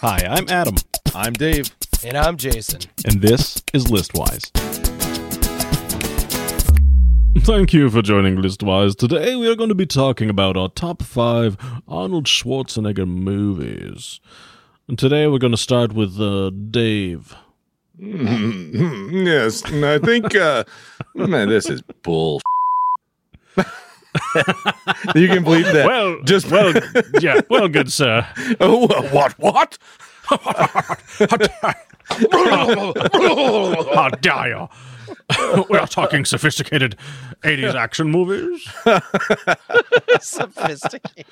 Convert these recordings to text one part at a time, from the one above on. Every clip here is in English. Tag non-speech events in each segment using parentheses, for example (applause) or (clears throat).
Hi, I'm Adam. I'm Dave. And I'm (laughs) Jason. And this is Listwise. Thank you for joining Listwise. Today we are going to be talking about our top five Arnold Schwarzenegger movies. And today we're going to start with uh, Dave. Mhm. yes, and I think uh, man, this is bull. (laughs) you can believe that. (laughs) Well, just well, yeah, well, good (laughs) sir. (laughs) oh, wha- what? What? How dare you? we are talking sophisticated 80s action movies. Sophisticated.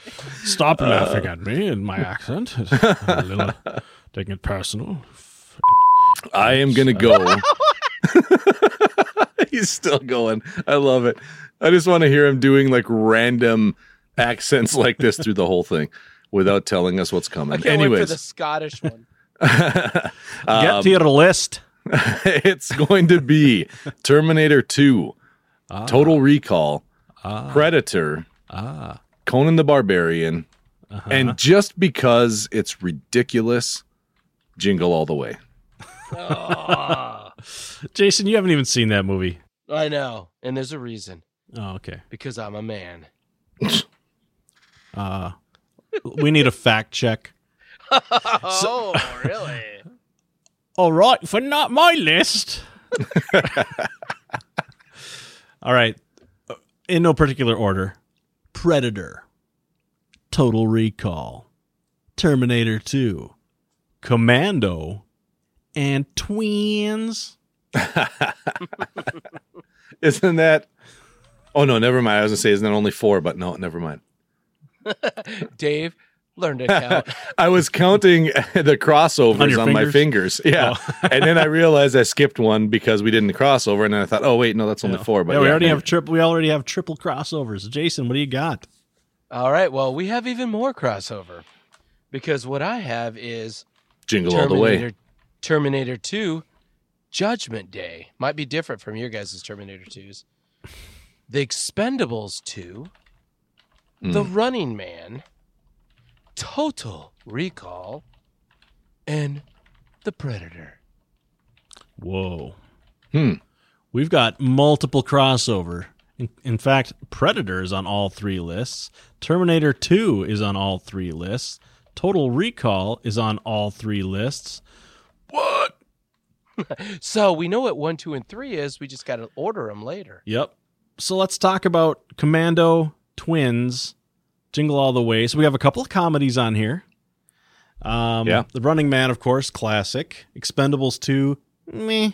Stop laughing at me and my accent. It's a (laughs) little taking it personal. I am gonna go. (laughs) He's still going. I love it. I just want to hear him doing like random accents like this through the whole thing without telling us what's (laughs) I coming. can't wait for the Anyways, Scottish one. um, your list. (laughs) it's going to be Terminator 2, Ah. Total Recall, Predator, Ah. Conan the Barbarian, Uh-huh. and just because it's ridiculous, Jingle All the Way. (laughs) (laughs) Jason, you haven't even seen that movie. I know. And there's a reason Oh, okay. because I'm a man. Uh, we need a fact check. Oh, (laughs) really? All right, for not my list. (laughs) All right, in no particular order Predator, Total Recall, Terminator 2, Commando, and Twins. Isn't that? Oh, no, never mind. I was going to say, isn't that only four? But no, never mind. Dave learned to (laughs) count. I was counting (laughs) the crossovers On on, your Oh. my fingers. Yeah. (laughs) and then I realized I skipped one because we didn't crossover. And then I thought, oh, wait, no, that's only four. But yeah, we already maybe. (laughs) have triple. We already have triple crossovers. Jason, what do you got? All right. Well, we have even more crossover because what I have is Jingle All Terminator, the Way. Terminator 2 Judgment Day. Might be different from your guys' Terminator 2s. The Expendables 2, The Hmm. Running Man, Total Recall, and The Predator. Whoa. Hmm. We've got multiple crossover. In, in fact, Predator is on all three lists. Terminator 2 is on all three lists. Total Recall is on all three lists. What? So we know what 1, 2, and 3 is. We just got to order them later. Yep. So let's talk about Commando, Twins, Jingle All the Way. So we have a couple of comedies on here. Um, Yeah. The Running Man, of course, classic. Expendables 2, meh.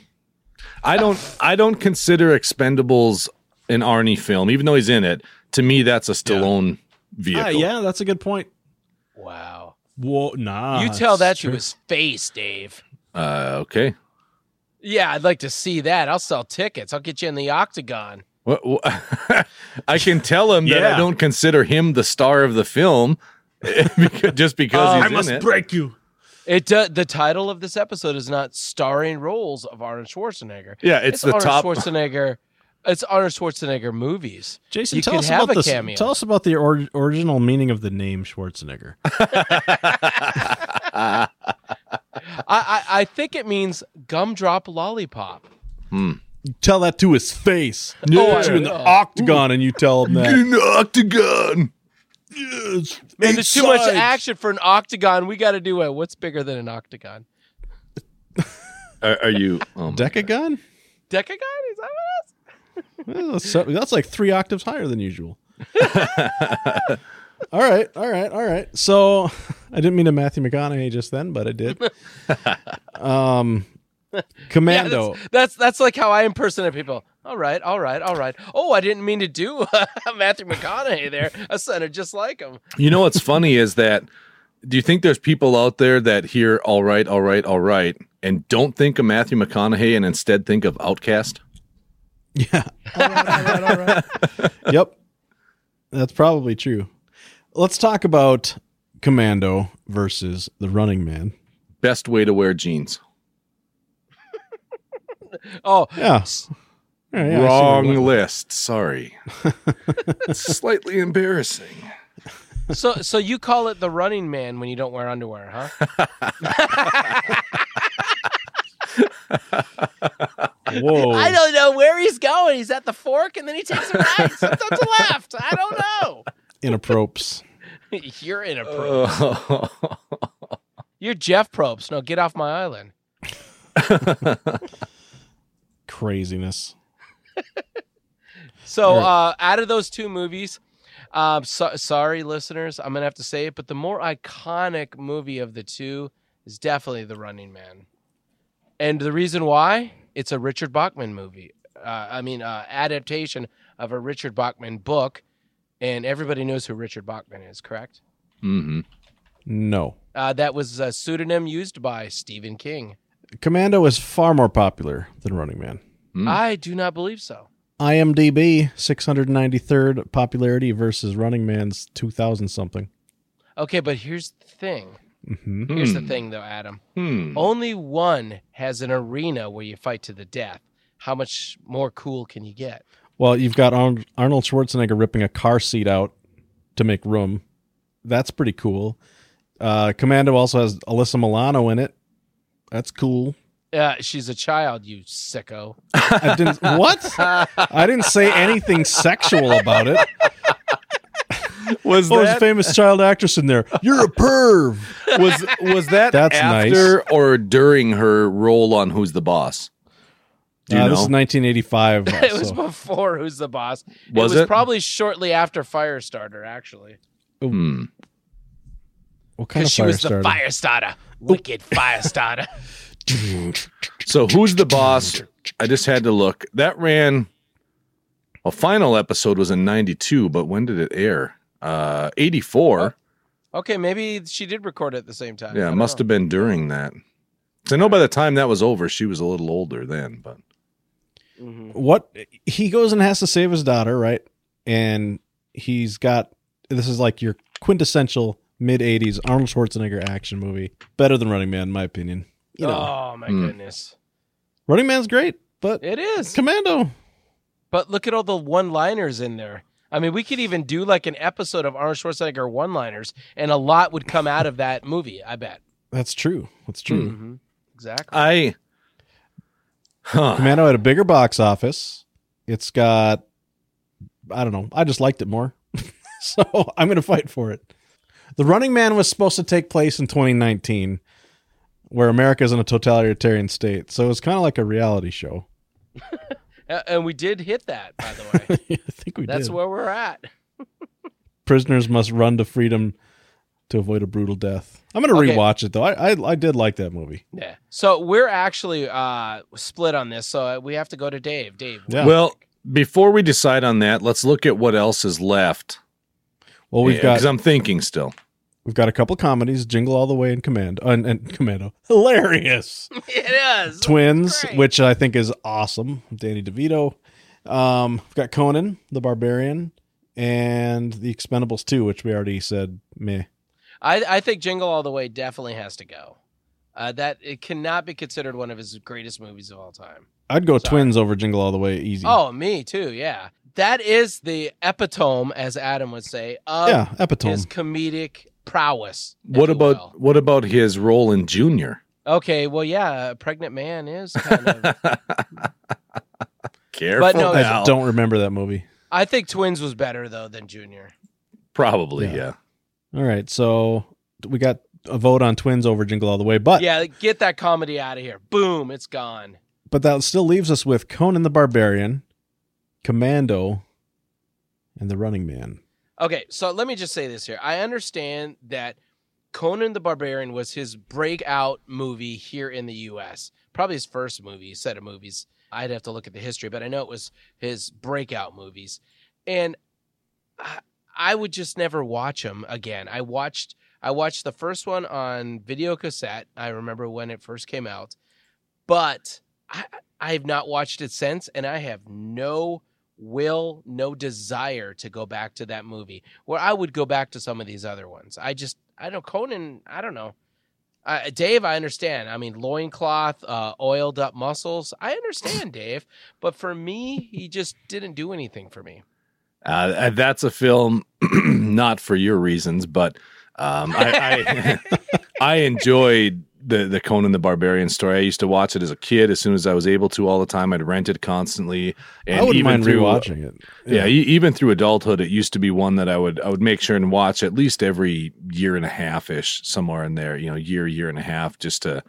I don't I don't consider Expendables an Arnie film, even though he's in it. To me, that's a Stallone vehicle. Ah, yeah, that's a good point. Wow. Whoa, nah. you tell that Ah, that's to true. his face, Dave. Uh, okay. Yeah, I'd like to see that. I'll sell tickets. I'll get you in the octagon. What, what- (laughs) I can tell him that Yeah. I don't consider him the star of the film (laughs) because- just because Oh, he's Ah, I in must it. break you. It do, the title of this episode is not starring roles of Arnold Schwarzenegger. yeah, it's, the Arnold top. Schwarzenegger. It's Arnold Schwarzenegger movies. Jason, You tell can us have about a this. cameo. Tell us about the or- original meaning of the name Schwarzenegger. I, I I think it means gumdrop lollipop. tell that to his face. Yeah. Put you in the Oh. octagon, and you tell him that. In the octagon. Yes. Man, there's too much Sides. action for an octagon. We got to do it. What's bigger than an octagon? Are, are you? Um, Decagon? Decagon? Is that what it is? Well, That's, so- that's like three octaves higher than (laughs) usual. all right, all right, all right. So I didn't mean to Matthew McConaughey just then, but I (laughs) did. Um, Yeah, Commando. that's, that's that's like how I impersonate people. All right, all right, all right. Oh, I didn't mean to do (laughs) uh, Matthew McConaughey there. I sounded just like him. you know what's funny is that. Do you think there's people out there that hear "all right, all right, all right" and don't think of Matthew McConaughey and instead think of Outcast? Yeah. (laughs) yep. That's probably true. Let's talk about Commando versus the Running Man. Best way to wear jeans. Oh, Yeah. Yeah, yeah, I see Wrong where- list. Sorry. Slightly embarrassing. So, so you call it the running man when you don't wear underwear, huh? Oh. Whoa. (laughs) I don't know where he's going. He's at the fork, and then he takes (laughs) a right, sometimes a left. I don't know. Inappropriate. (laughs) You're in a probe. Oh. You're Jeff Probes. No, get off my island. Mm-hmm. Craziness. So, uh, out of those two movies, um, so- sorry, listeners, I'm gonna have to say it, but the more iconic movie of the two is definitely The Running Man, and the reason why it's a Richard Bachman movie. Uh, I mean, uh, adaptation of a Richard Bachman book, and everybody knows who Richard Bachman is, correct? hmm No. Uh, that was a pseudonym used by Stephen King. Commando is far more popular than Running Man. Hmm. I do not believe so. IMDb 693rd popularity versus Running Man's 2000 something. Okay, but here's the thing. hmm Here's the Hmm. thing, Oh, though, Adam. Hmm. Only one has an arena where you fight to the death. How much more cool can you get? Well, you've got Arn- Arnold Schwarzenegger ripping a car seat out to make room. That's pretty cool. Uh, Commando also has Alyssa Milano in it. That's cool. Uh, she's a child, you sicko. (laughs) I didn't (laughs) what? I didn't say anything sexual about it. Was Oh, there's a that famous child actress in there. You're a perv. was was (laughs) that That's after or during her role on Who's the Boss? Do you Uh, know? This is 1985. (laughs) it was Oh, so- before Who's the Boss. Was it was it? probably shortly after Firestarter, actually. Hmm. what kind Because of she was the Firestarter? Firestarter. Wicked Firestarter. (laughs) So Who's the Boss? I just had to look. That ran. Well, final episode was in '92, but when did it air? Uh, '84. okay, maybe she did record it at the same time. I Yeah, it don't must know. have been during that. 'Cause I know by the time that was over, she was a little older then. But Mhm. what he goes and has to save his daughter, right? And he's got this is like your quintessential mid '80s Arnold Schwarzenegger action movie, better than Running Man, in my opinion. You know, Oh, my Hmm. goodness. Running Man's great, but It is. Commando. But look at all the one liners in there. I mean, we could even do like an episode of Arnold Schwarzenegger one liners, and a lot would come out of that movie, I bet. That's true. That's true. Mm-hmm. Exactly. Uh, I, huh? Commando had a bigger box office. It's got, I don't know. I just liked it more, (laughs) so I'm gonna fight for it. The Running Man was supposed to take place in 2019, where America is in a totalitarian state. So it's kind of like a reality show. (laughs) A- and we did hit that, by the way. I think (laughs) we That's did. where we're at. Prisoners must run to freedom to avoid a brutal death. I'm gonna Okay. rewatch it though. I, I I did like that movie. Yeah. So we're actually uh, split on this, so we have to go to Dave. Dave. Yeah. Well, before we decide on that, let's look at what else is left. Well, we've because got I'm thinking still. we've got a couple comedies, Jingle All the Way and Commando, and, and Commando, (laughs) hilarious. (laughs) it is. Twins, great. which I think is awesome. Danny DeVito. Um, we've got Conan the Barbarian and The Expendables 2, which we already said meh. I, I think Jingle All the Way definitely has to go. Uh, that it cannot be considered one of his greatest movies of all time. I'd go Sorry. Twins over Jingle All the Way easy. Oh, me too. Yeah, that is the epitome, as Adam would say, of yeah, epitome. uh, his comedic prowess. if What you about will. what about his role in Junior? Okay, well, yeah, a pregnant man is (laughs) kind of. (laughs) Careful But no, I now. don't remember that movie. I think Twins was better though than Junior. Probably, Yeah. yeah. All right, so we got a vote on Twins over Jingle All the Way, but Yeah, get that comedy out of here. Boom, it's gone. but that still leaves us with Conan the Barbarian, Commando, and The Running Man. Okay, so let me just say this here. I understand that Conan the Barbarian was his breakout movie here in the U.S. Probably his first movie set of movies. I'd have to look at the history, but I know it was his breakout movies, and I, I would just never watch them again. I watched I watched the first one on video cassette. I remember when it first came out, but I, I've not watched it since, and I have no will, no desire to go back to that movie. Where I would go back to some of these other ones. I just, I don't, Conan, I don't know. Uh, Dave, I understand. I mean, loincloth, uh, oiled up muscles. I understand, Dave. But for me, he just didn't do anything for me. Uh, that's a uh, film (clears throat) not for your reasons, but um, I, I, (laughs) I enjoyed the the Conan the Barbarian story. I used to watch it as a kid. As soon as I was able to, all the time, I'd rent it constantly. I wouldn't mind rewatching it. Yeah, e- even through adulthood, it used to be one that I would I would make sure and watch at least every year and a half ish, somewhere in there. You know, year year and a half, just to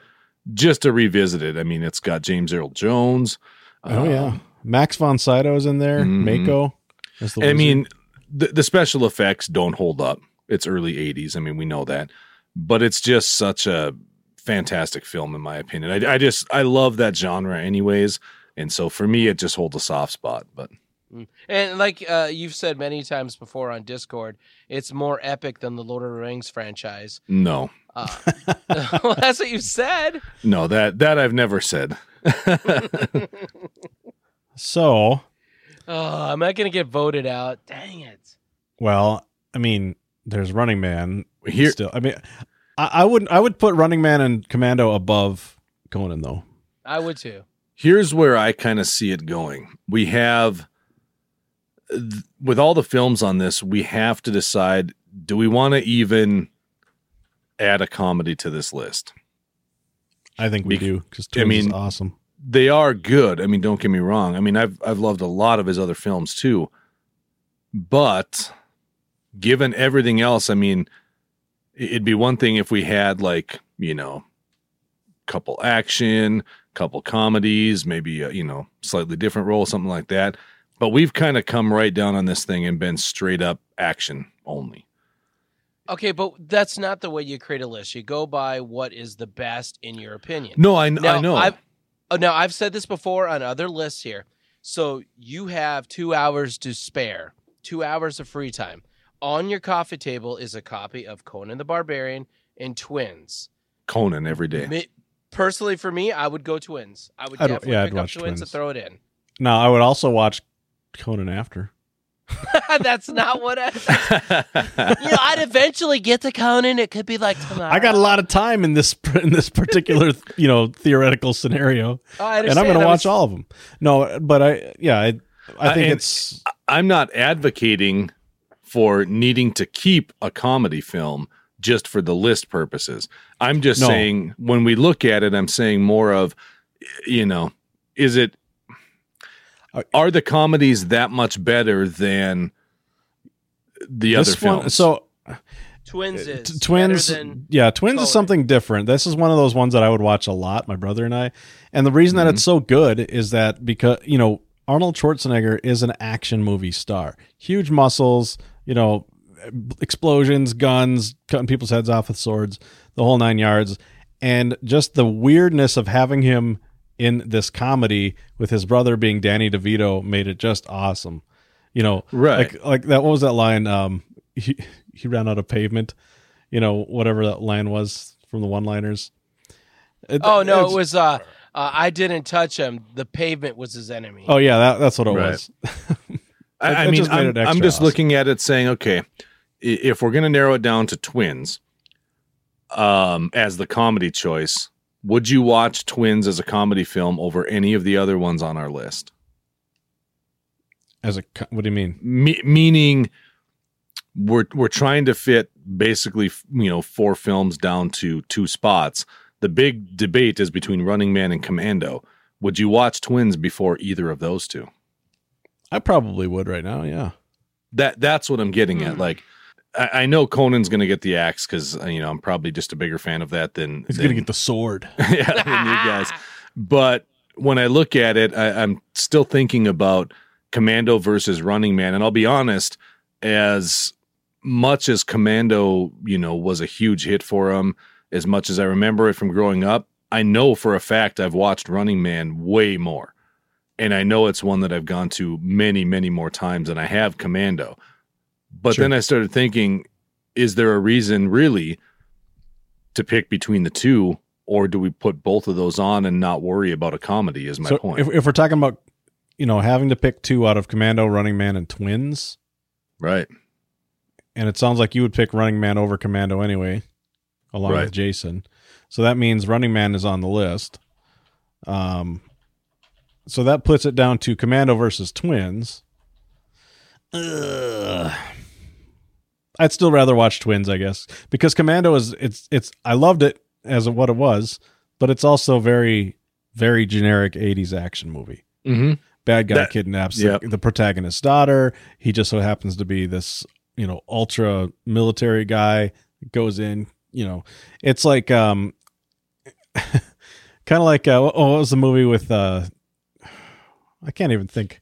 just to revisit it. I mean, it's got James Earl Jones. Oh um, yeah, Max von Sydow is in there. mhm. Mako. is the I wizard. mean, the, the special effects don't hold up. It's early 80s. I mean, we know that. But it's just such a fantastic film, in my opinion. I, I just, I love that genre, anyways. And so for me, it just holds a soft spot. But And like uh, you've said many times before on Discord, it's more epic than the Lord of the Rings franchise. (laughs) no, Uh, well, that's what you said. (laughs) no, that, that I've never said. (laughs) (laughs) so Oh, I'm not gonna get voted out. Dang it! well, I mean, there's Running Man. Here, still, I mean, I, I wouldn't. I would put Running Man and Commando above Conan though. I would too. here's where I kind of see it going. We have, th- with all the films on this, we have to decide do we want to even add a comedy to this list? I think we Bec- do because I Twins is mean- awesome. they are good. I mean, don't get me wrong. I mean, I've I've loved a lot of his other films too. But given everything else, I mean, i- it'd be one thing if we had like, you know, couple action, couple comedies, maybe a, you know, slightly different role, something like that. But we've kind of come right down on this thing and been straight up action only. Okay, but that's not the way you create a list. You go by what is the best in your opinion. No, I, kn- I know. I've, oh, now I've said this before on other lists here. So you have two hours to spare, two hours of free time. On your coffee table is a copy of Conan the Barbarian and Twins. Conan every day. Me, personally, for me, I would go Twins. I would I'd- definitely yeah, I'd pick up watch twins, Twins. and throw it in. (laughs) No, I would also watch Conan after. that's not what I. (laughs) You know, I'd eventually get to Conan. It could be like tomorrow. I got a lot of time in this (laughs) in this (laughs) particular you know theoretical scenario, Oh, I and I'm understand. going to I watch was- all of them. No, but I yeah, I, I Uh, think and- it's I'm not advocating for needing to keep a comedy film just for the list purposes. I'm just No. saying when we look at it, I'm saying more of, you know, is it Uh, are the comedies that much better than the other this one. films? So Twins is T- better twins than- yeah twins Conan. is something different this is one of those ones that i would watch a lot my brother and i and the reason that it's so good is that because you know arnold schwarzenegger is an action movie star huge muscles you know explosions guns cutting people's heads off with swords the whole nine yards and just the weirdness of having him in this comedy with his brother being danny devito made it just awesome you know Right. like like that what was that line um he he ran out of pavement you know whatever that line was from the one liners Oh no, it was. Uh, uh, I didn't touch him. The pavement was his enemy. oh yeah that, that's what it Right. was I, It- I it mean, just made I'm, it I'm extra just awesome. looking at it saying, okay, i- if we're going to narrow it down to twins um, as the comedy choice, would you watch Twins as a comedy film over any of the other ones on our list? as a co- what do you mean Me- meaning, we're we're trying to fit basically f- you know four films down to two spots. The big debate is between Running Man and Commando. Would you watch Twins before either of those two? i probably would right now yeah that that's what I'm getting at. Hmm. Like, I, I know Conan's going to get the axe because you know I'm probably just a bigger fan of that than he's than- gonna get the sword (laughs) yeah, than you (laughs) guys. But when I look at it, I, I'm still thinking about Commando versus Running Man, and I'll be honest, as much as Commando, you know, was a huge hit for him, as much as I remember it from growing up, I know for a fact I've watched Running Man way more. And I know it's one that I've gone to many, many more times than I have Commando. But Sure. then I started thinking, is there a reason really to pick between the two, or do we put both of those on and not worry about a comedy? Is my so point. If, if we're talking about you know having to pick two out of commando running man and twins right. and it sounds like you would pick running man over commando anyway along Right. with jason so that means running man is on the list um so that puts it down to commando versus twins Ugh. I'd still rather watch Twins, I guess, because Commando is it's it's I loved it as what it was, but it's also very very generic '80s action movie. Mm-hmm. Bad guy That- kidnaps the- yep. the, protagonist's daughter. He just so happens to be this you know ultra military guy goes in. You know, it's like um, (laughs) kind of like uh, oh, what was the movie with uh, I can't even think.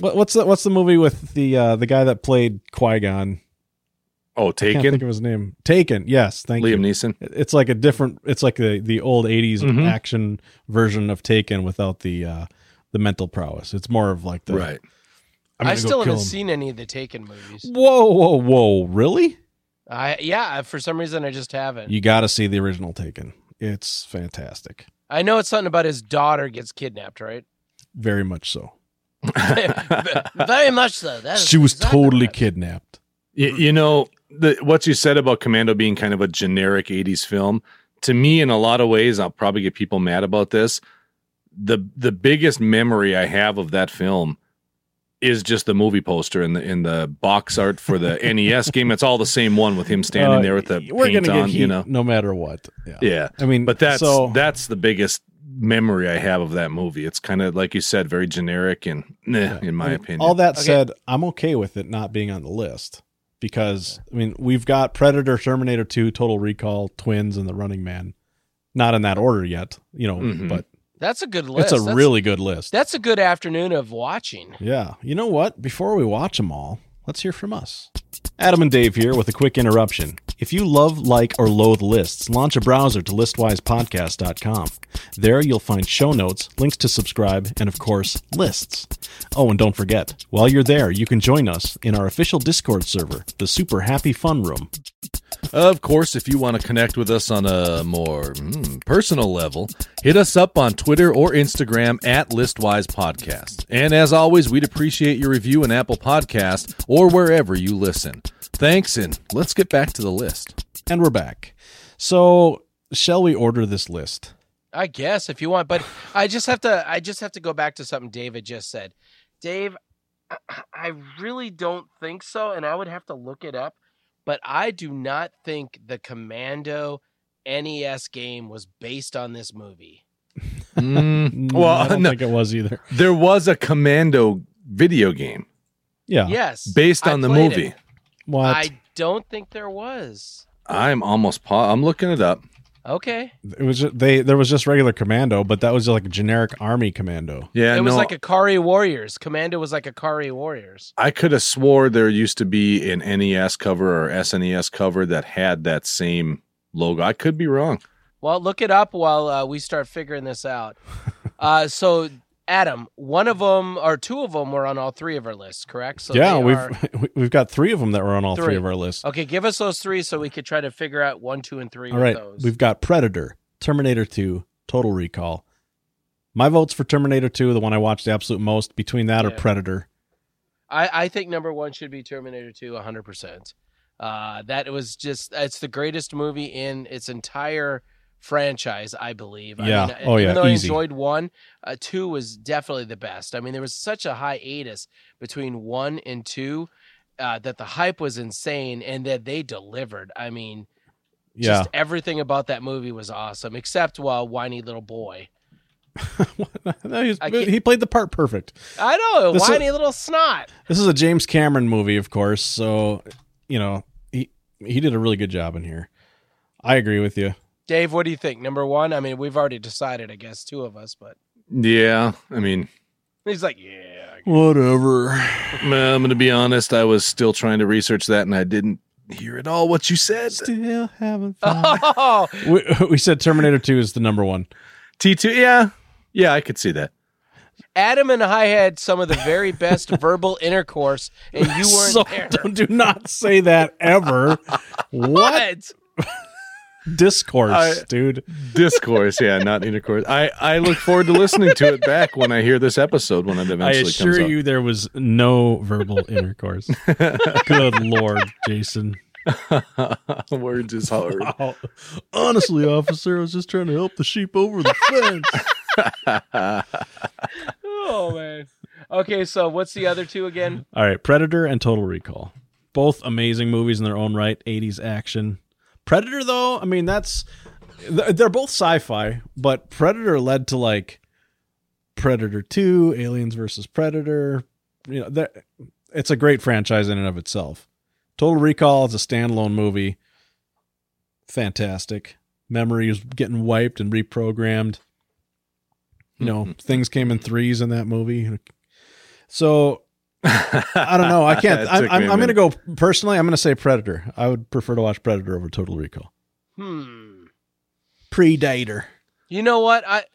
What, what's the, what's the movie with the uh, the guy that played Qui Gon? Oh, Can't think Taken. of his name. Taken. Yes, thank you. Liam Neeson. It's like a different. It's like the the old '80s Mhm. action version of Taken without the uh, the mental prowess. It's more of like the (laughs) Right. (laughs) I'm I gonna go still haven't kill him. seen any of the Taken movies. Whoa, whoa, whoa! Really? I yeah, for some reason I just haven't. You got to see the original Taken. It's fantastic. I know it's something about his daughter gets (laughs) kidnapped, right? Very much so. Very much so. That is She was exactly totally what- kidnapped. Y- you know the, what you said about commando being kind of a generic 80s film to me in a lot of ways i'll probably get people mad about this the the biggest memory i have of that film is just the movie poster in the in the box art (laughs) for the nes game it's all the same one with him standing Uh, there with the we're gonna paint get on heat you know no matter what. Yeah. yeah I mean, but that's so, that's the biggest memory i have of that movie it's kind of like you said very generic and eh, in my I mean, opinion All that Okay. said, I'm okay with it not being on the list because I mean we've got Predator, Terminator 2, Total Recall, Twins, and The Running Man. Not in that order yet, you know, Mhm. but That's a good list. it's a That's- really good list. That's a good afternoon of watching. yeah. You know what? Before we watch them all, let's hear from us. Adam and Dave here with a quick interruption. If you love, like, or loathe lists, launch a browser to listwisepodcast.com. There you'll find show notes, links to subscribe, and of course, lists. Oh, and don't forget, while you're there, you can join us in our official Discord server, the Super Happy Fun Room. Of course, if you want to connect with us on a more mm, personal level, hit us up on Twitter or Instagram at Listwise Podcast. And as always, we'd appreciate your review in Apple Podcast or wherever you listen. Thanks, and let's get back to the list. And we're back. So, shall we order this list? I guess if you want, but I just have to. I just have to go back to something David just said. Dave, I- I really don't think so, and I would have to look it up. But I do not think the Commando NES game was based on this movie. (laughs) Mm, I don't think it was either. Hmm. there was a Commando video game Yeah. yes, based I on the played movie. it. What? I don't think there was. I'm almost. Pa- I'm looking it up. Okay, It was just, they there was just regular commando, but that was like a generic army commando. Yeah, it was no, like Akari Warriors. Commando was like Akari Warriors. I could have swore there used to be an NES cover or SNES cover that had that same logo. I could be wrong. Well, look it up while uh, we start figuring this (laughs) out. Uh, so, Adam, one of them or two of them were on all three of our lists, correct? So yeah, they we've (laughs) are- we've got three of them that were on all three, Three. of our lists. okay. Give us those three so we could try to figure out one, two, and three. all with right, those. we've got Predator, Terminator Two, Total Recall. My vote's for Terminator Two, the one I watched the absolute most. Between that or Yeah. Predator, I, I think number one should be Terminator Two, 100. percent uh, That was just it's the greatest movie in its entire franchise, I believe. Yeah. I mean, Oh, yeah. Even though Easy. I enjoyed one, uh, two was definitely the best. I mean, there was such a hiatus between one and two uh, that the hype was insane, and that they delivered. I mean, yeah, just everything about that movie was awesome, except well, whiny little boy. (laughs) (laughs) No, he's- I can't- he played the part perfect. I know, This is- whiny little snot. This is a James Cameron movie, of course, so you know he he did a really good job in here. I agree with you. Dave, what do you think? Number one, I mean, we've already decided, I guess, two of us, but. Yeah, I mean, He's like, yeah. (laughs) Whatever. mm, I'm gonna be honest. I was still trying to research that, and I didn't hear at all what you said. Still having fun. Oh, we, (laughs) we said Terminator Two is the number one. T two, yeah, yeah, I could see that. Adam and I had some of the very (laughs) best verbal intercourse, and you weren't so there. (laughs) Don't, do not say that ever. what (laughs) What? discourse, I- dude? Discourse, yeah, not intercourse. I I look forward to listening to it back when I hear this episode when it I eventually comes assure out. you, there was no (laughs) verbal intercourse. Good lord, Jason. (laughs) Words is hard. Oh, honestly, officer, I was just trying to help the sheep over the fence. Oh man. Okay, so what's the other two again? All right, Predator and Total Recall. both amazing movies in their own right. 80s action. Predator, though, I mean, that's th- they're both sci-fi, but Predator led to like Predator Two, Aliens versus Predator. You know, that it's a great franchise in and of itself. Total Recall is a standalone movie. Fantastic. Memory is getting wiped and reprogrammed. You know, things came in threes in that movie. So I don't know. I can't. I'm, I'm, I'm going to go personally. I'm going to say Predator. I would prefer to watch Predator over Total Recall. Hmm. Predator. You know what? I (sighs)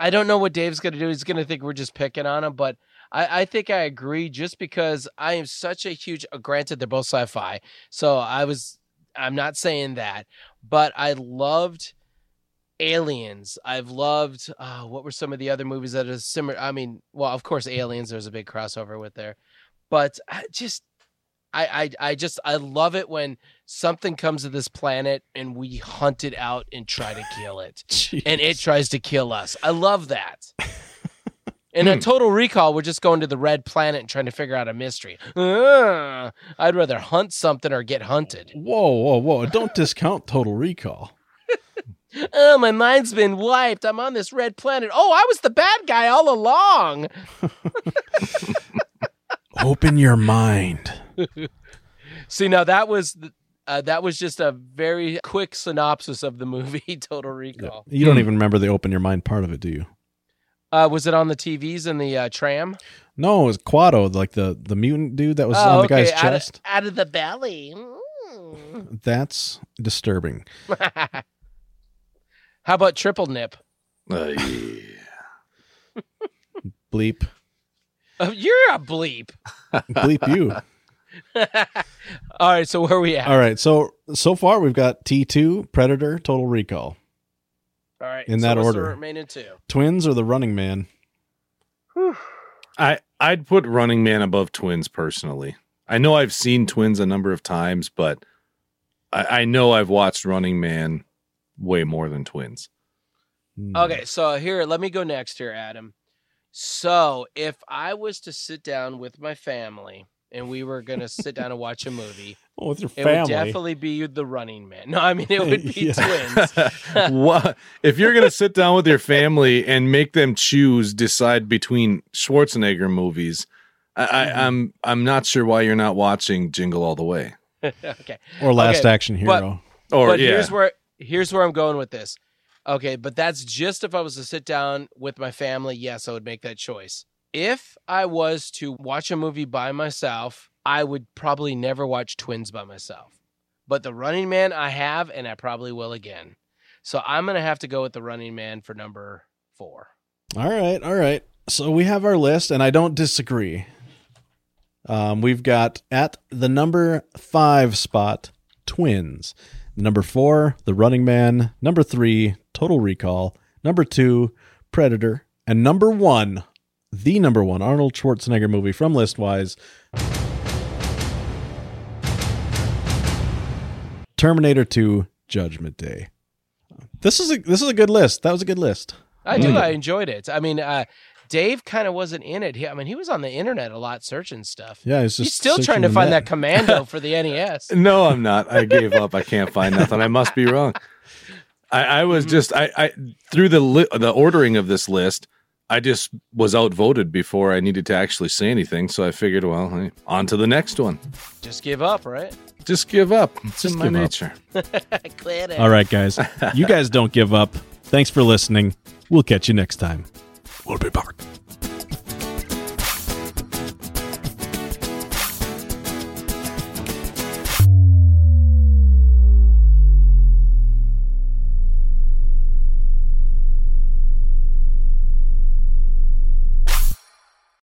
I don't know what Dave's gonna do. He's gonna think we're just picking on him, but I, I think I agree just because I am such a huge uh, granted they're both sci-fi. So I was I'm not saying that, but I loved Aliens. I've loved uh, what were some of the other movies that are similar I mean, well, of course Aliens there's a big crossover with there. But I just I, I I just I love it when something comes to this planet and we hunt it out and try to kill it and it tries to kill us. I love that. In a total recall, we're just going to the red planet and trying to figure out a mystery. Ugh, I'd rather hunt something or get hunted. Whoa, whoa, whoa! Don't discount Total Recall. Oh, my mind's been wiped. I'm on this red planet. Oh, I was the bad guy all along. Open your mind. See, now that was uh, that was just a very quick synopsis of the (laughs) movie Total Recall. You don't even remember the open your mind part of it, do you? Uh, was it on the TVs in the uh, tram? No, it was Quado, like the the mutant dude that was Oh, on the guy's okay, out of- chest. Out of, the belly. Mm. That's disturbing. (laughs) How about triple nip? Uh, yeah. Bleep, Oh, you're a bleep. (laughs) bleep you. All right, so where are we at? All right, so so far we've got T two, Predator, Total Recall, All right, in so that what's the order. remaining two. Twins, or The Running Man. I I'd put Running Man above Twins personally. I know I've seen Twins a number of times, but I, I know I've watched Running Man way more than Twins. Hmm. Okay, so here, let me go next here, Adam. So if I was to sit down with my family and we were (laughs) gonna sit down and watch a movie, Oh, with your it family. would definitely be The Running Man. (laughs) No, I mean it would be (laughs) Yeah. twins. (laughs) (laughs) what if you're gonna sit down with your family and make them choose, decide between Schwarzenegger movies? I, Mm-hmm. I, I'm I'm not sure why you're not watching Jingle All the Way. okay, or Last Okay, Action but- Hero. Or but yeah, here's where here's where I'm going with this. Okay, but that's just if I was to sit down with my family. Yes, I would make that choice. If I was to watch a movie by myself, I would probably never watch Twins by myself. But The Running Man, I have, and I probably will again. So I'm gonna have to go with The Running Man for number four. All right, all right. So we have our list, and I don't disagree. Um, we've got at the number five spot, Twins. Number four, The Running Man. Number three, Total Recall. Number two, Predator. And number one, the number one Arnold Schwarzenegger movie from Listwise, Terminator 2, Judgment Day. This is a this is a good list. That was a good list. I do. Mm. Hmm. I enjoyed it. I mean, uh, Dave kind of wasn't in it. He, I mean, he was on the internet a lot searching stuff. Yeah, it's just He's still trying to find that (laughs) commando for the E NES. No, I'm not. I gave up. I can't find nothing. I must be wrong. I, I was Mm-hmm. just I, I through the li- the ordering of this list, I just was outvoted before I needed to actually say anything. So I figured, well, hey, on to the next one. Just give up, right? Just give up. It's Just in my give up. nature. Quit it. All right, guys. You guys don't give up. Thanks for listening. We'll catch you next time. We'll be back.